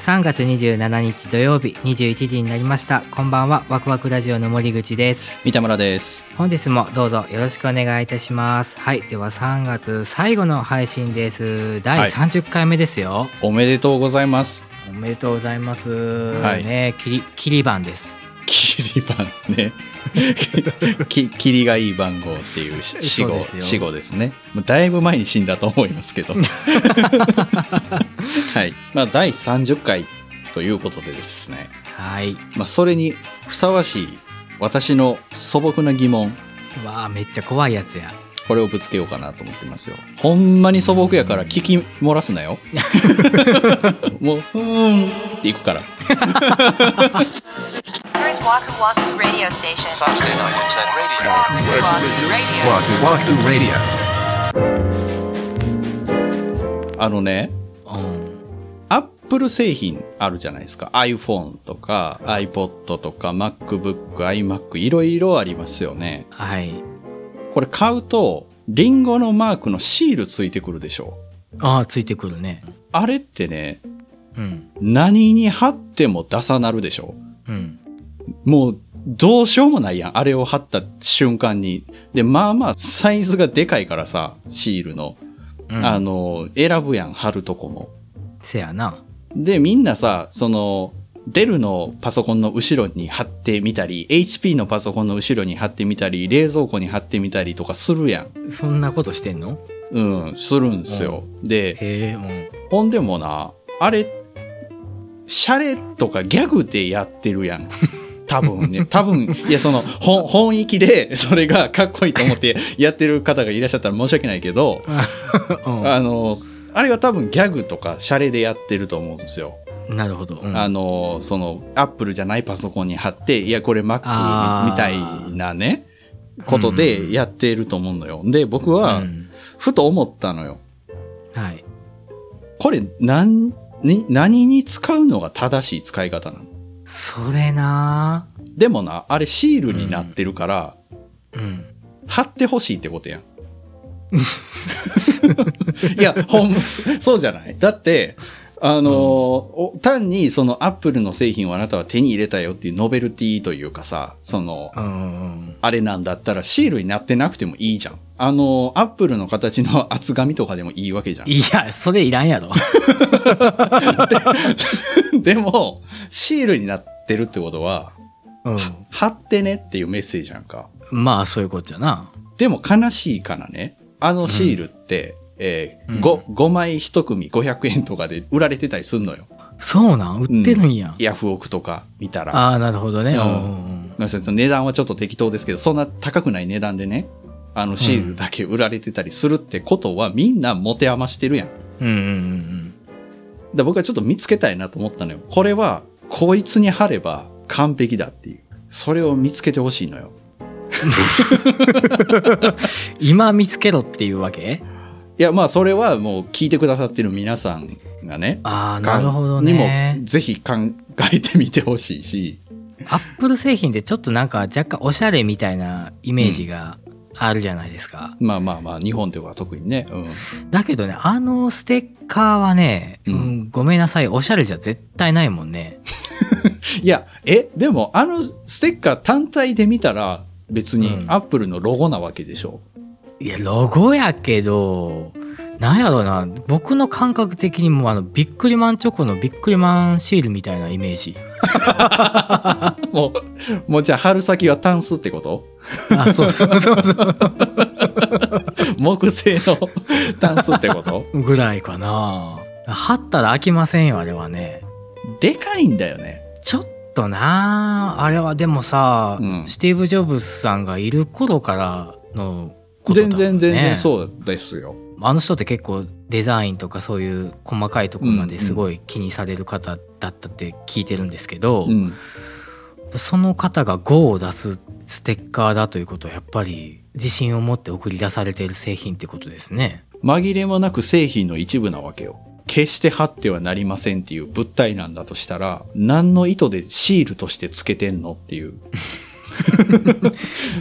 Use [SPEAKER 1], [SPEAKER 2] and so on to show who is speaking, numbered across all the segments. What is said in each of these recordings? [SPEAKER 1] 3月27日土曜日21時になりましたこんばんはワクワクラジオの森口です
[SPEAKER 2] 三田村です
[SPEAKER 1] 本日もどうぞよろしくお願いいたしますはいでは3月最後の配信です
[SPEAKER 2] は
[SPEAKER 1] 第
[SPEAKER 2] い
[SPEAKER 1] 30回目ですよ、
[SPEAKER 2] おめでとうございます
[SPEAKER 1] おめでとうございます、
[SPEAKER 2] い
[SPEAKER 1] ねきりきり番です
[SPEAKER 2] 切り番 ねき切りがいい番号っていうし死
[SPEAKER 1] そう
[SPEAKER 2] 後
[SPEAKER 1] ですよ
[SPEAKER 2] 死後ですねもうだいぶ前に死んだと思います けどはいまあ第30回ということでですね
[SPEAKER 1] はい
[SPEAKER 2] まあそれにふさわしい私の素朴な疑問
[SPEAKER 1] わあめっちゃ怖いやつや
[SPEAKER 2] これをぶつけようかなと思ってますよほんまに素朴やから聞き漏らす なよもうふーんっていくから
[SPEAKER 3] Here is Waku Waku Radio Station.
[SPEAKER 4] Saturday night at 10 radio.
[SPEAKER 3] Waku Waku Radio.
[SPEAKER 5] Wahoo Wahoo Radio.
[SPEAKER 2] あのね
[SPEAKER 1] うん
[SPEAKER 2] アップル製品あるじゃないですか。iPhone とか iPod とか MacBook、iMac いろいろありますよね。
[SPEAKER 1] はい
[SPEAKER 2] これ買うと、リンゴのマークのシールついてくるでしょ。
[SPEAKER 1] ああついてくるね
[SPEAKER 2] あれってね、
[SPEAKER 1] うん
[SPEAKER 2] 何に貼っても出さなるでしょ。
[SPEAKER 1] うん
[SPEAKER 2] もう、どうしようもないやん。あれを貼った瞬間に。で、まあまあ、サイズがでかいからさ、シールの。
[SPEAKER 1] うん
[SPEAKER 2] あの、選ぶやん、貼るとこも。
[SPEAKER 1] せやな
[SPEAKER 2] で、みんなさ、その、デルのパソコンの後ろに貼ってみたり、HP のパソコンの後ろに貼ってみたり、冷蔵庫に貼ってみたりとかするやん。
[SPEAKER 1] そんなことしてんの
[SPEAKER 2] うん、するんですよ。で、
[SPEAKER 1] へえう
[SPEAKER 2] ほんでもな、あれ、シャレとかギャグでやってるやん。多分ね、多分、いや、その、ほん本域で、それがかっこいいと思ってやってる方がいらっしゃったら申し訳ないけど、
[SPEAKER 1] ん、
[SPEAKER 2] あの、あれは多分ギャグとかシャレでやってると思うんですよ。
[SPEAKER 1] うん、なるほど、うん
[SPEAKER 2] あの、その、アップルじゃないパソコンに貼って、いや、これ Mac
[SPEAKER 1] あー
[SPEAKER 2] みたいなね、ことでやってると思うのよ。で、僕は
[SPEAKER 1] う、ん
[SPEAKER 2] ふと思ったのよ。
[SPEAKER 1] はい
[SPEAKER 2] これ、何に、何に使うのが正しい使い方なの
[SPEAKER 1] それな
[SPEAKER 2] でもな、あれシールになってるから、
[SPEAKER 1] うん
[SPEAKER 2] 貼ってほしいってことやん。いや、ほんま、 そそうじゃないだって、あのーお単にそのアップルの製品をあなたは手に入れたよっていうノベルティというかさ、その、
[SPEAKER 1] うんうん
[SPEAKER 2] あれなんだったらシールになってなくてもいいじゃん。あの、アップルの形の 厚紙とかでもいいわけじゃ
[SPEAKER 1] いやそれいらんやろ
[SPEAKER 2] ん。でも、シールになってるってことは、
[SPEAKER 1] うん
[SPEAKER 2] 貼ってねっていうメッセージやんか。
[SPEAKER 1] まあそういうことやな
[SPEAKER 2] でも悲しいからね、あのシールって、え
[SPEAKER 1] うん
[SPEAKER 2] 5, 5枚1組500円とかで売られてたりすんのよ。
[SPEAKER 1] そうなん売ってるんや、
[SPEAKER 2] ヤフオクとか見たら。
[SPEAKER 1] ああなるほどね、
[SPEAKER 2] う
[SPEAKER 1] うんんうんうん、
[SPEAKER 2] まあその値段はちょっと適当ですけど、そんな高くない値段でね、あのシールだけ売られてたりするってことは、みんな持て余してるやん。
[SPEAKER 1] うんうんうん
[SPEAKER 2] だ僕はちょっと見つけたいなと思ったのよ。これは、こいつに貼れば完璧だっていう。それを見つけてほしいのよ。
[SPEAKER 1] うん今見つけろっていうわけ
[SPEAKER 2] いや、まあ、それはもう聞いてくださってる皆さんがね。
[SPEAKER 1] ああなるほど
[SPEAKER 2] に
[SPEAKER 1] ね
[SPEAKER 2] も、ぜひ考えてみてほしいし。
[SPEAKER 1] アップル製品ってちょっとなんか若干おしゃれみたいなイメージがあるじゃないですか、
[SPEAKER 2] まあまあまあ、日本では特にね。うん。
[SPEAKER 1] だけどねあのステッカーはね、
[SPEAKER 2] うん
[SPEAKER 1] うんごめんなさいおしゃれじゃ絶対ないもんね
[SPEAKER 2] いや、え、でも、あのステッカー単体で見たら、別に
[SPEAKER 1] うん
[SPEAKER 2] アップルのロゴなわけでしょ。
[SPEAKER 1] いやロゴやけどなんやろうな僕の感覚的にもうあのビックリマンチョコのビックリマンシールみたいなイメージ
[SPEAKER 2] もう、もうじゃあ、春先はタンスってこと
[SPEAKER 1] あそうそうそうそう
[SPEAKER 2] 木製のタンスってこと
[SPEAKER 1] ぐらいかな貼ったら飽きませんよあれはね
[SPEAKER 2] でかいんだよね。
[SPEAKER 1] ちょっとなあれはでもさ、
[SPEAKER 2] うん
[SPEAKER 1] スティーブ・ジョブズさんがいる頃からのことだ
[SPEAKER 2] 全
[SPEAKER 1] もんね
[SPEAKER 2] 然全然そうですよ。
[SPEAKER 1] あの人って結構デザインとかそういう細かいところまですごい気にされる方だったって聞いてるんですけど、
[SPEAKER 2] うん。
[SPEAKER 1] その方が5を出すステッカーだということはやっぱり自信を持って送り出されている製品ってことですね。
[SPEAKER 2] 紛れもなく製品の一部なわけよ。決して貼ってはなりませんっていう物体なんだとしたら、何の意図でシールとしてつけてんのっていう。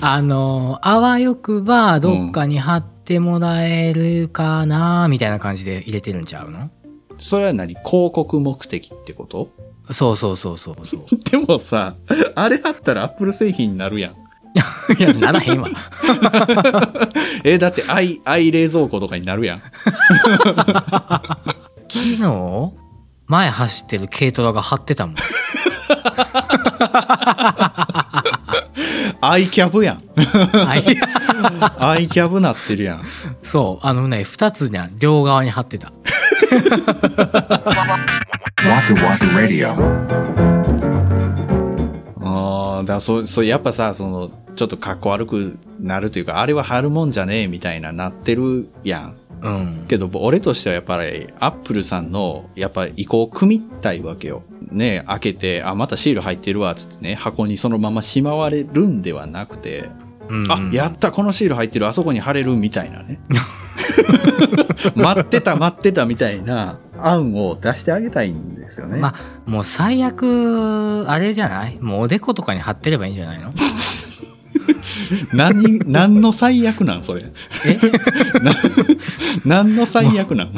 [SPEAKER 1] あのあわよくばどっかに貼ってもらえるかなみたいな感じで入れてるんちゃうの、
[SPEAKER 2] それは何広告目的ってこと
[SPEAKER 1] そうそうそうそうそう
[SPEAKER 2] でもさ、あれあったらアップル製品になるやん。
[SPEAKER 1] い やならへんわ
[SPEAKER 2] え、だってアイ、アイ冷蔵庫とかになるやん。
[SPEAKER 1] 昨日前走ってる軽トラが張ってた もん
[SPEAKER 2] アイキャブやん。
[SPEAKER 1] はい
[SPEAKER 2] アイキャブなってるやん。
[SPEAKER 1] そうあのね2つね両側に張ってた
[SPEAKER 4] Waku Waku Radio.
[SPEAKER 2] ああ、だからそう、そう、やっぱさ、その、ちょっと格好悪くなるというか、あれは貼るもんじゃねえみたいななってるやん。
[SPEAKER 1] うん
[SPEAKER 2] けど、俺としてはやっぱり、アップルさんの、やっぱ意向を組みたいわけよ。ね開けて、あ、またシール入ってるわ、つってね、箱にそのまましまわれるんではなくて、
[SPEAKER 1] うん
[SPEAKER 2] あ、やった、このシール入ってる、あそこに貼れる、みたい なね。待ってた、待ってた、みたいな案を出してあげたいんですよね。
[SPEAKER 1] まあもう最悪あれじゃないもうおでことかに貼ってればいいんじゃないの
[SPEAKER 2] 何に、何の最悪なんそれ。
[SPEAKER 1] え
[SPEAKER 2] な何の最悪なん
[SPEAKER 1] い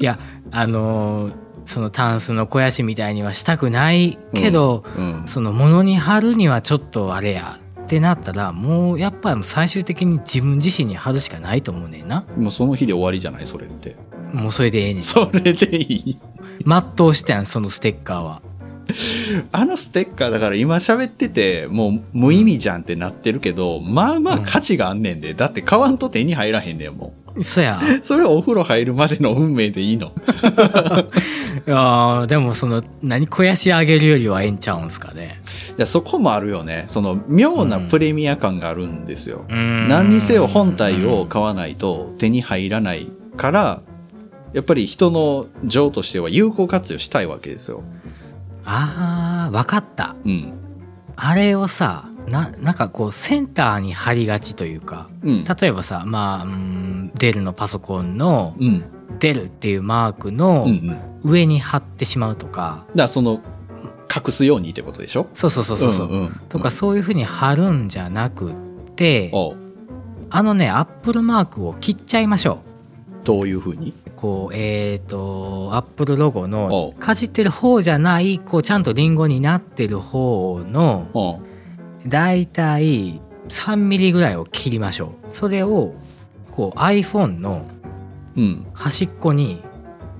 [SPEAKER 1] やあのーそのタンスの肥やしみたいにはしたくないけど、
[SPEAKER 2] うん
[SPEAKER 1] その物に貼るにはちょっとあれやってなったらもうやっぱり最終的に自分自身に貼るしかないと思うねんな
[SPEAKER 2] もうその日で終わりじゃないそれって。
[SPEAKER 1] もうそれでええねん
[SPEAKER 2] それでいい。
[SPEAKER 1] 全うしてんそのステッカーは
[SPEAKER 2] あのステッカーだから今喋ってて、もう無意味じゃんってなってるけど、まあまあ価値があんねんで。だって買わんと手に入らへんねんも
[SPEAKER 1] そ や
[SPEAKER 2] ん。それはお風呂入るまでの運命でいいの。
[SPEAKER 1] いやーでもその何肥やしあげるよりはええんちゃうんすかね
[SPEAKER 2] いやそこもあるよね。その妙なプレミア感があるんですよ。
[SPEAKER 1] うん
[SPEAKER 2] 何にせよ本体を買わないと手に入らないから、やっぱり人の情としては有効活用したいわけですよ。
[SPEAKER 1] あー分かった
[SPEAKER 2] うん。
[SPEAKER 1] あれをさななんかこうセンターに貼りがちというか
[SPEAKER 2] うん。
[SPEAKER 1] 例えばさまあうんデルのパソコンの
[SPEAKER 2] うん。
[SPEAKER 1] 「デル」っていうマークの
[SPEAKER 2] うんうん。だか
[SPEAKER 1] 上に貼ってしまうとか、
[SPEAKER 2] らその、隠すようにってことでしょ
[SPEAKER 1] そうそうそうそうそう、
[SPEAKER 2] んん
[SPEAKER 1] とかそういうふうに貼るんじゃなくって
[SPEAKER 2] おう
[SPEAKER 1] あのねアップルマークを切っちゃいましょ
[SPEAKER 2] どういうふうに
[SPEAKER 1] うこうえっ、とアップルロゴ
[SPEAKER 2] お
[SPEAKER 1] の
[SPEAKER 2] う
[SPEAKER 1] かじってる方じゃないこうちゃんとリンゴになってる方の
[SPEAKER 2] おう
[SPEAKER 1] だいたい3ミリぐらいを切りましょうそれをこう iPhone の
[SPEAKER 2] うん。
[SPEAKER 1] 端っこに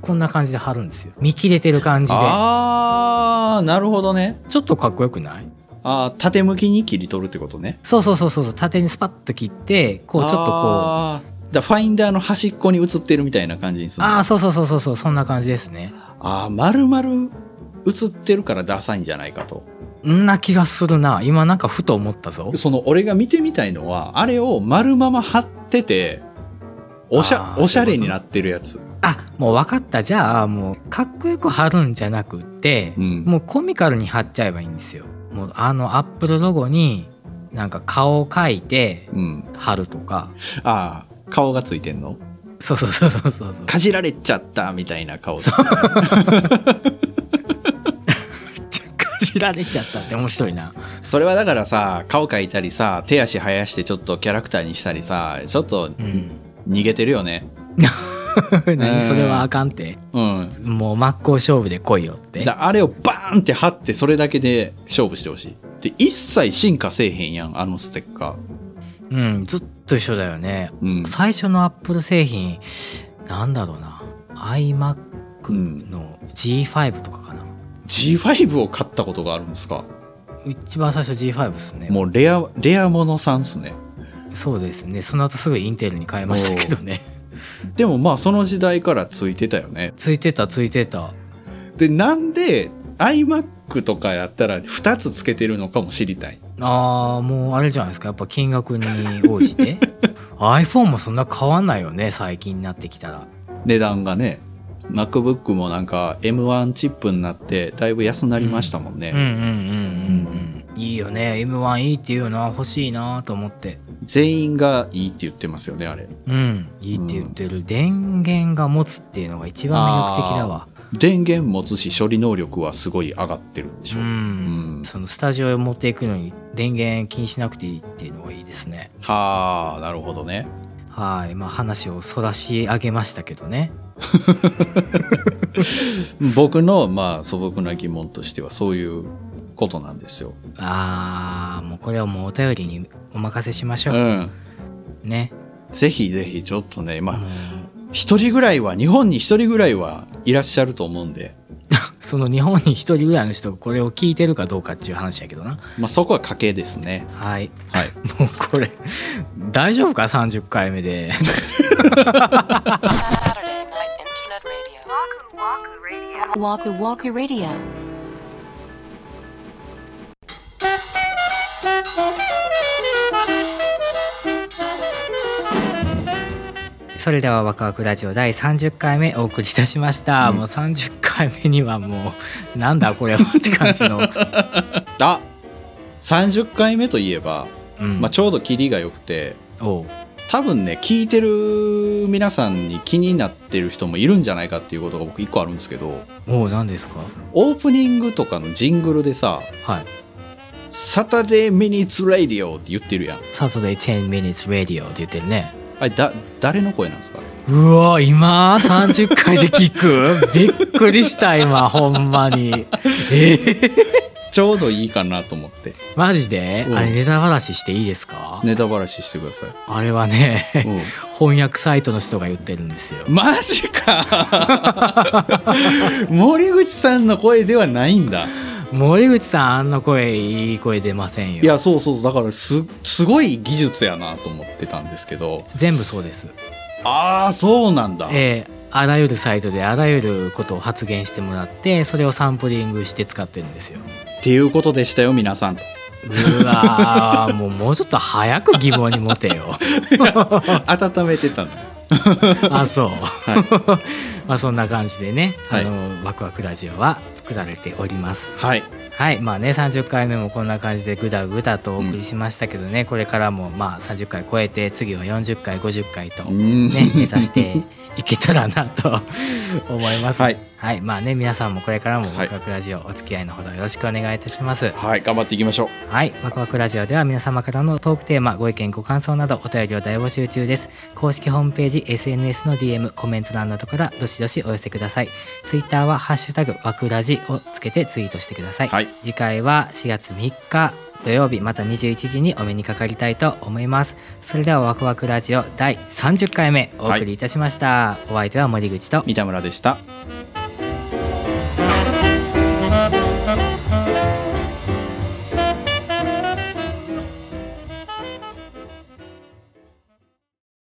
[SPEAKER 1] こんな感じで貼るんですよ見切れてる感じで
[SPEAKER 2] あー、なるほどね。
[SPEAKER 1] ちょっとかっこよくない
[SPEAKER 2] あー縦向きに切り取るってことね。
[SPEAKER 1] そうそうそうそうそう縦にスパッと切ってこうちょっとこうあ
[SPEAKER 2] あーだからファインダーの端っこに映ってるみたいな感じにするの
[SPEAKER 1] あーそうそうそうそうそうそんな感じですね
[SPEAKER 2] あー、丸々映ってるからダサいんじゃないかと。
[SPEAKER 1] んな気がするな今なんかふと思ったぞ
[SPEAKER 2] その俺が見てみたいのは、あれを丸まま貼ってて、おしゃ
[SPEAKER 1] あ、ー
[SPEAKER 2] おしゃれになってるやつ。
[SPEAKER 1] あもう分かったじゃあもうかっこよく貼るんじゃなくって、
[SPEAKER 2] うん
[SPEAKER 1] もうコミカルに貼っちゃえばいいんですよもうあのアップルロゴになんか顔を描いて
[SPEAKER 2] うん。
[SPEAKER 1] 貼るとか
[SPEAKER 2] ああ、顔がついてんの
[SPEAKER 1] そうそうそうそう そうそう
[SPEAKER 2] かじられちゃったみたいな顔。
[SPEAKER 1] かじられちゃったって面白いな
[SPEAKER 2] それはだからさ、顔描いたりさ、手足生やしてちょっとキャラクターにしたりさ、ちょっと
[SPEAKER 1] うん
[SPEAKER 2] 逃げてるよね。
[SPEAKER 1] 何それはあかんって
[SPEAKER 2] うん。
[SPEAKER 1] もう真っ向勝負で来いよって
[SPEAKER 2] だあれをバーンって貼ってそれだけで勝負してほしい。で、一切進化せえへんやん、あのステッカ
[SPEAKER 1] うんずっと一緒だよね、
[SPEAKER 2] うん
[SPEAKER 1] 最初のアップル製品なんだろうな iMac の G5 とかかな、
[SPEAKER 2] ー。G5 を買ったことがあるんですか
[SPEAKER 1] 一番最初 G5 ですね
[SPEAKER 2] もうレア、レアものさんっすね。
[SPEAKER 1] そうですねその後すぐインテルに変えましたけどね
[SPEAKER 2] でもまあその時代からついてたよね。
[SPEAKER 1] ついてたついてた
[SPEAKER 2] で、なんで iMac とかやったら2つつけてるのかも知りたい。
[SPEAKER 1] あーもうあれじゃないですかやっぱ金額に応じ て iPhone もそんな変わんないよね最近になってきたら
[SPEAKER 2] 値段がね。MacBook もなんか M1 チップになってだいぶ安なりましたもんね。
[SPEAKER 1] うんうんうんうんうんいいよね M1 いいっていうな欲しいなと思って
[SPEAKER 2] 全員がいいって言ってますよね、あれ。
[SPEAKER 1] うんいいって言ってる、電源が持つっていうのが一番魅力的だわ
[SPEAKER 2] 電源持つし処理能力はすごい上がってるんでし
[SPEAKER 1] う
[SPEAKER 2] ょ
[SPEAKER 1] ん、
[SPEAKER 2] うん
[SPEAKER 1] そのスタジオへ持っていくのに電源気にしなくていいっていうのがいいですね
[SPEAKER 2] はあなるほどね
[SPEAKER 1] はいまあ話をそらし上げましたけどね
[SPEAKER 2] 僕の、まあ、素朴な疑問としてはそういうことなんですよ。
[SPEAKER 1] あーもうこれはもうお便りにお任せしまし
[SPEAKER 2] う。
[SPEAKER 1] ょうんね
[SPEAKER 2] ぜひぜひ、ちょっとね、まあ
[SPEAKER 1] もう、
[SPEAKER 2] 一人ぐらいは、日本に一人ぐらいはいらっしゃると思うんで、
[SPEAKER 1] その日本に一人ぐらいの人がこれを聞いてるかどうかっていう話やけどな
[SPEAKER 2] まあ、そこは家計ですね。
[SPEAKER 1] はい
[SPEAKER 2] はい。
[SPEAKER 1] もうこれ大丈夫か30回目で
[SPEAKER 3] Saturday Night Internet Radio. Waku Waku Radio.
[SPEAKER 1] それではワクワクラジオ第30回目お送りいたしました、もう30回目にはもうなんだこれはって感じ の、
[SPEAKER 2] あ30回目といえば、
[SPEAKER 1] うん
[SPEAKER 2] まあ、ちょうどキリが良くて、
[SPEAKER 1] おう
[SPEAKER 2] 多分ね、聞いてる皆さんに気になってる人もいるんじゃないかっていうことが僕一個あるんですけど、
[SPEAKER 1] おう何ですか
[SPEAKER 2] オープニングとかのジングルでさ、
[SPEAKER 1] はい
[SPEAKER 2] サタデーミニッツラディオって言ってるやん。
[SPEAKER 1] 「Saturday 10 Minutes Radio」って言ってるね
[SPEAKER 2] あれ、だ、誰の声なんですか
[SPEAKER 1] うわ今30回で聞 くびっくりした今ほんまに えー
[SPEAKER 2] ちょうどいいかなと思って、
[SPEAKER 1] マジで、
[SPEAKER 2] うん
[SPEAKER 1] あれネタ話していいですか、
[SPEAKER 2] ネタバラシしてください。
[SPEAKER 1] あれはね、
[SPEAKER 2] うん
[SPEAKER 1] 翻訳サイトの人が言ってるんですよ
[SPEAKER 2] マジか 森口さんの声ではないんだ
[SPEAKER 1] 森口さんあんな声いい声出ませんよ
[SPEAKER 2] いやそうそうだからすすごい技術やなと思ってたんですけど
[SPEAKER 1] 全部そうです
[SPEAKER 2] ああそうなんだ、
[SPEAKER 1] ええあらゆるサイトであらゆることを発言してもらってそれをサンプリングして使ってるんですよ
[SPEAKER 2] っていうことでしたよ皆さん
[SPEAKER 1] う わーもうもうちょっと早く疑問に持てよ
[SPEAKER 2] 温めてたの
[SPEAKER 1] あそう、
[SPEAKER 2] は
[SPEAKER 1] まあそんな感じでね、
[SPEAKER 2] はい
[SPEAKER 1] あのワクワクラジオは作られております
[SPEAKER 2] はい
[SPEAKER 1] はいまあね30回目もこんな感じでグダグダとお送りしましたけどね、これからもまあ30回超えて次は40回50回と、
[SPEAKER 2] ん
[SPEAKER 1] ね、目指していけたらなと思います。
[SPEAKER 2] はい、
[SPEAKER 1] まあね皆さんもこれからも「
[SPEAKER 2] は
[SPEAKER 1] ワ
[SPEAKER 2] い
[SPEAKER 1] クワクラジオ」お付き合いのほどよろしくお願いいたします。
[SPEAKER 2] はい頑張っていきましょ
[SPEAKER 1] はい、ワクワクラジオでは皆様からのトークテーマ、ご意見、ご感想などお便りを大募集中です。公式ホームページ、SNS の DM、コメント欄などからどしどしお寄せください。ツイッターはハッシュタグワクラジをつけてツイートしてください。
[SPEAKER 2] はい
[SPEAKER 1] 次回は4月3日土曜日また21時にお目にかかりたいと思います。それではワクワクラジオ第30回目お送りいたしました。お相手は森口と
[SPEAKER 2] う三田村でした